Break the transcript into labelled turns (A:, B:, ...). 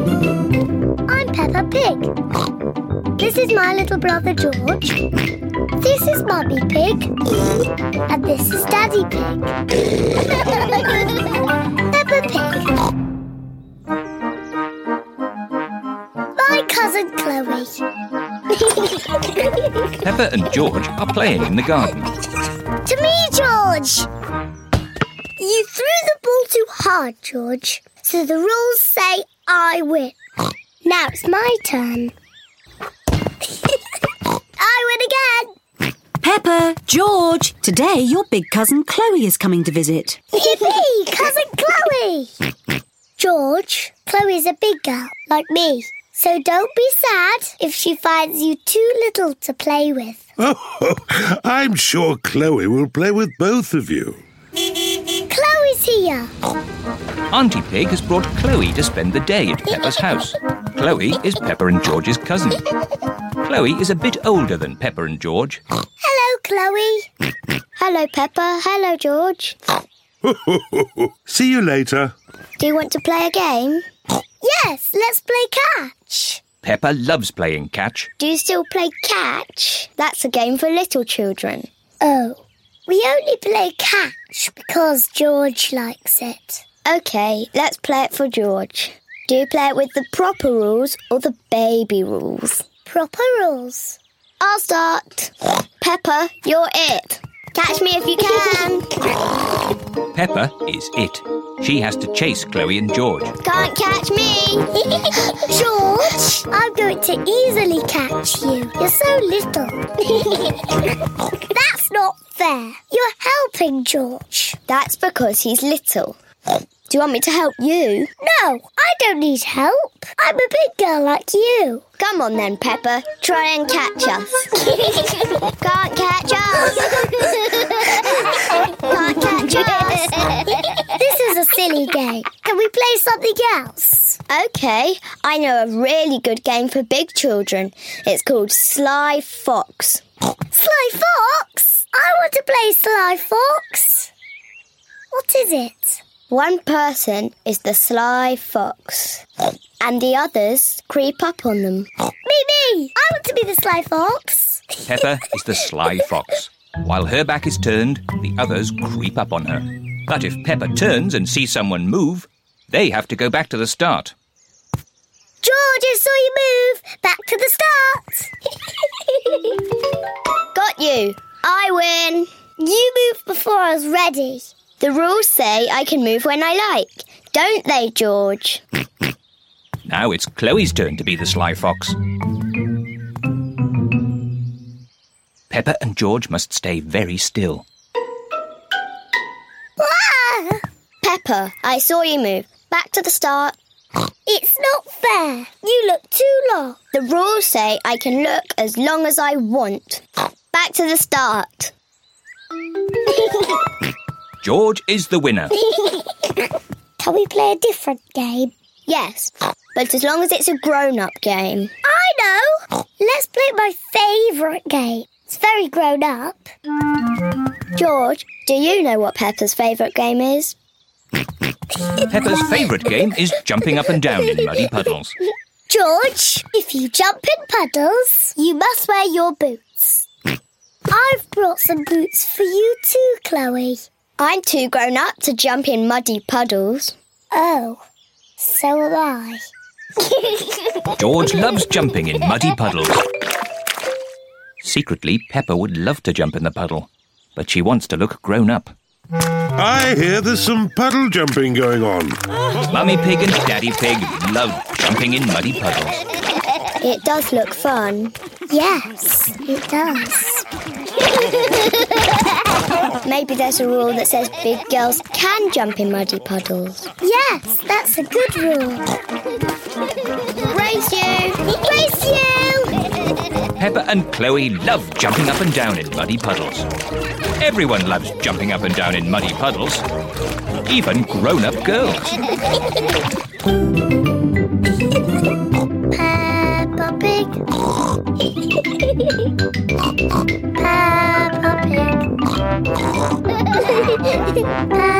A: I'm Peppa Pig. This is my little brother George. This is Mummy Pig. And this is Daddy Pig. Peppa Pig. My cousin Chloe.
B: Pepper and George are playing in the garden.
A: to me, George. You threw the ball too hard, George. So the rules say I win. Now it's my turn. I win again.
C: Pepper, George, today your big cousin Chloe is coming to visit.
A: Yippee! Cousin Chloe! George, Chloe's a big girl, like me. So don't be sad if she finds you too little to play with.
D: Oh, I'm sure Chloe will play with both of you.
A: Chloe's here.
B: Auntie Pig has brought Chloe to spend the day at Pepper's house. Chloe is Pepper and George's cousin. Chloe is a bit older than Pepper and George.
A: Hello, Chloe. Hello, Peppa. Hello, George.
D: See you later.
A: Do you want to play a game? Yes, let's play catch.
B: Pepper loves playing catch.
A: Do you still play catch? That's a game for little children. Oh, we only play catch because George likes it. Okay, let's play it for George. Do you play it with the proper rules or the baby rules? Proper rules. I'll start. Pepper, you're it. Catch me if you can.
B: Pepper is it. She has to chase Chloe and George.
A: Can't catch me! George, I'm going to easily catch you. You're so little. That's not fair. You're helping George. That's because he's little. Do you want me to help you? No, I don't need help. I'm a big girl like you. Come on then, Pepper. Try and catch us. Can't catch us. Can't catch us. this is a silly game. Can we play something else? Okay, I know a really good game for big children. It's called Sly Fox. Sly Fox? I want to play Sly Fox. What is it? One person is the sly fox, and the others creep up on them. Me, me! I want to be the sly fox.
B: Pepper is the sly fox. While her back is turned, the others creep up on her. But if Pepper turns and sees someone move, they have to go back to the start.
A: George, I saw you move. Back to the start. Got you. I win. You moved before I was ready. The rules say I can move when I like, don't they, George?
B: Now it's Chloe's turn to be the sly fox. Pepper and George must stay very still.
A: Pepper, I saw you move. Back to the start. It's not fair. You look too long. The rules say I can look as long as I want. Back to the start.
B: George is the winner.
A: Can we play a different game? Yes, but as long as it's a grown up game. I know! Let's play my favourite game. It's very grown up. George, do you know what Peppa's favourite game is?
B: Pepper's favourite game is jumping up and down in muddy puddles.
A: George, if you jump in puddles, you must wear your boots. I've brought some boots for you too, Chloe. I'm too grown up to jump in muddy puddles. Oh, so am I.
B: George loves jumping in muddy puddles. Secretly, Pepper would love to jump in the puddle, but she wants to look grown up.
D: I hear there's some puddle jumping going on.
B: Mummy Pig and Daddy Pig love jumping in muddy puddles.
A: It does look fun. Yes, it does. Maybe there's a rule that says big girls can jump in muddy puddles. Yes, that's a good rule. Race you! Race you!
B: Pepper and Chloe love jumping up and down in muddy puddles. Everyone loves jumping up and down in muddy puddles, even grown up girls.
A: Peppa Pig. Peppa Pig. Peppa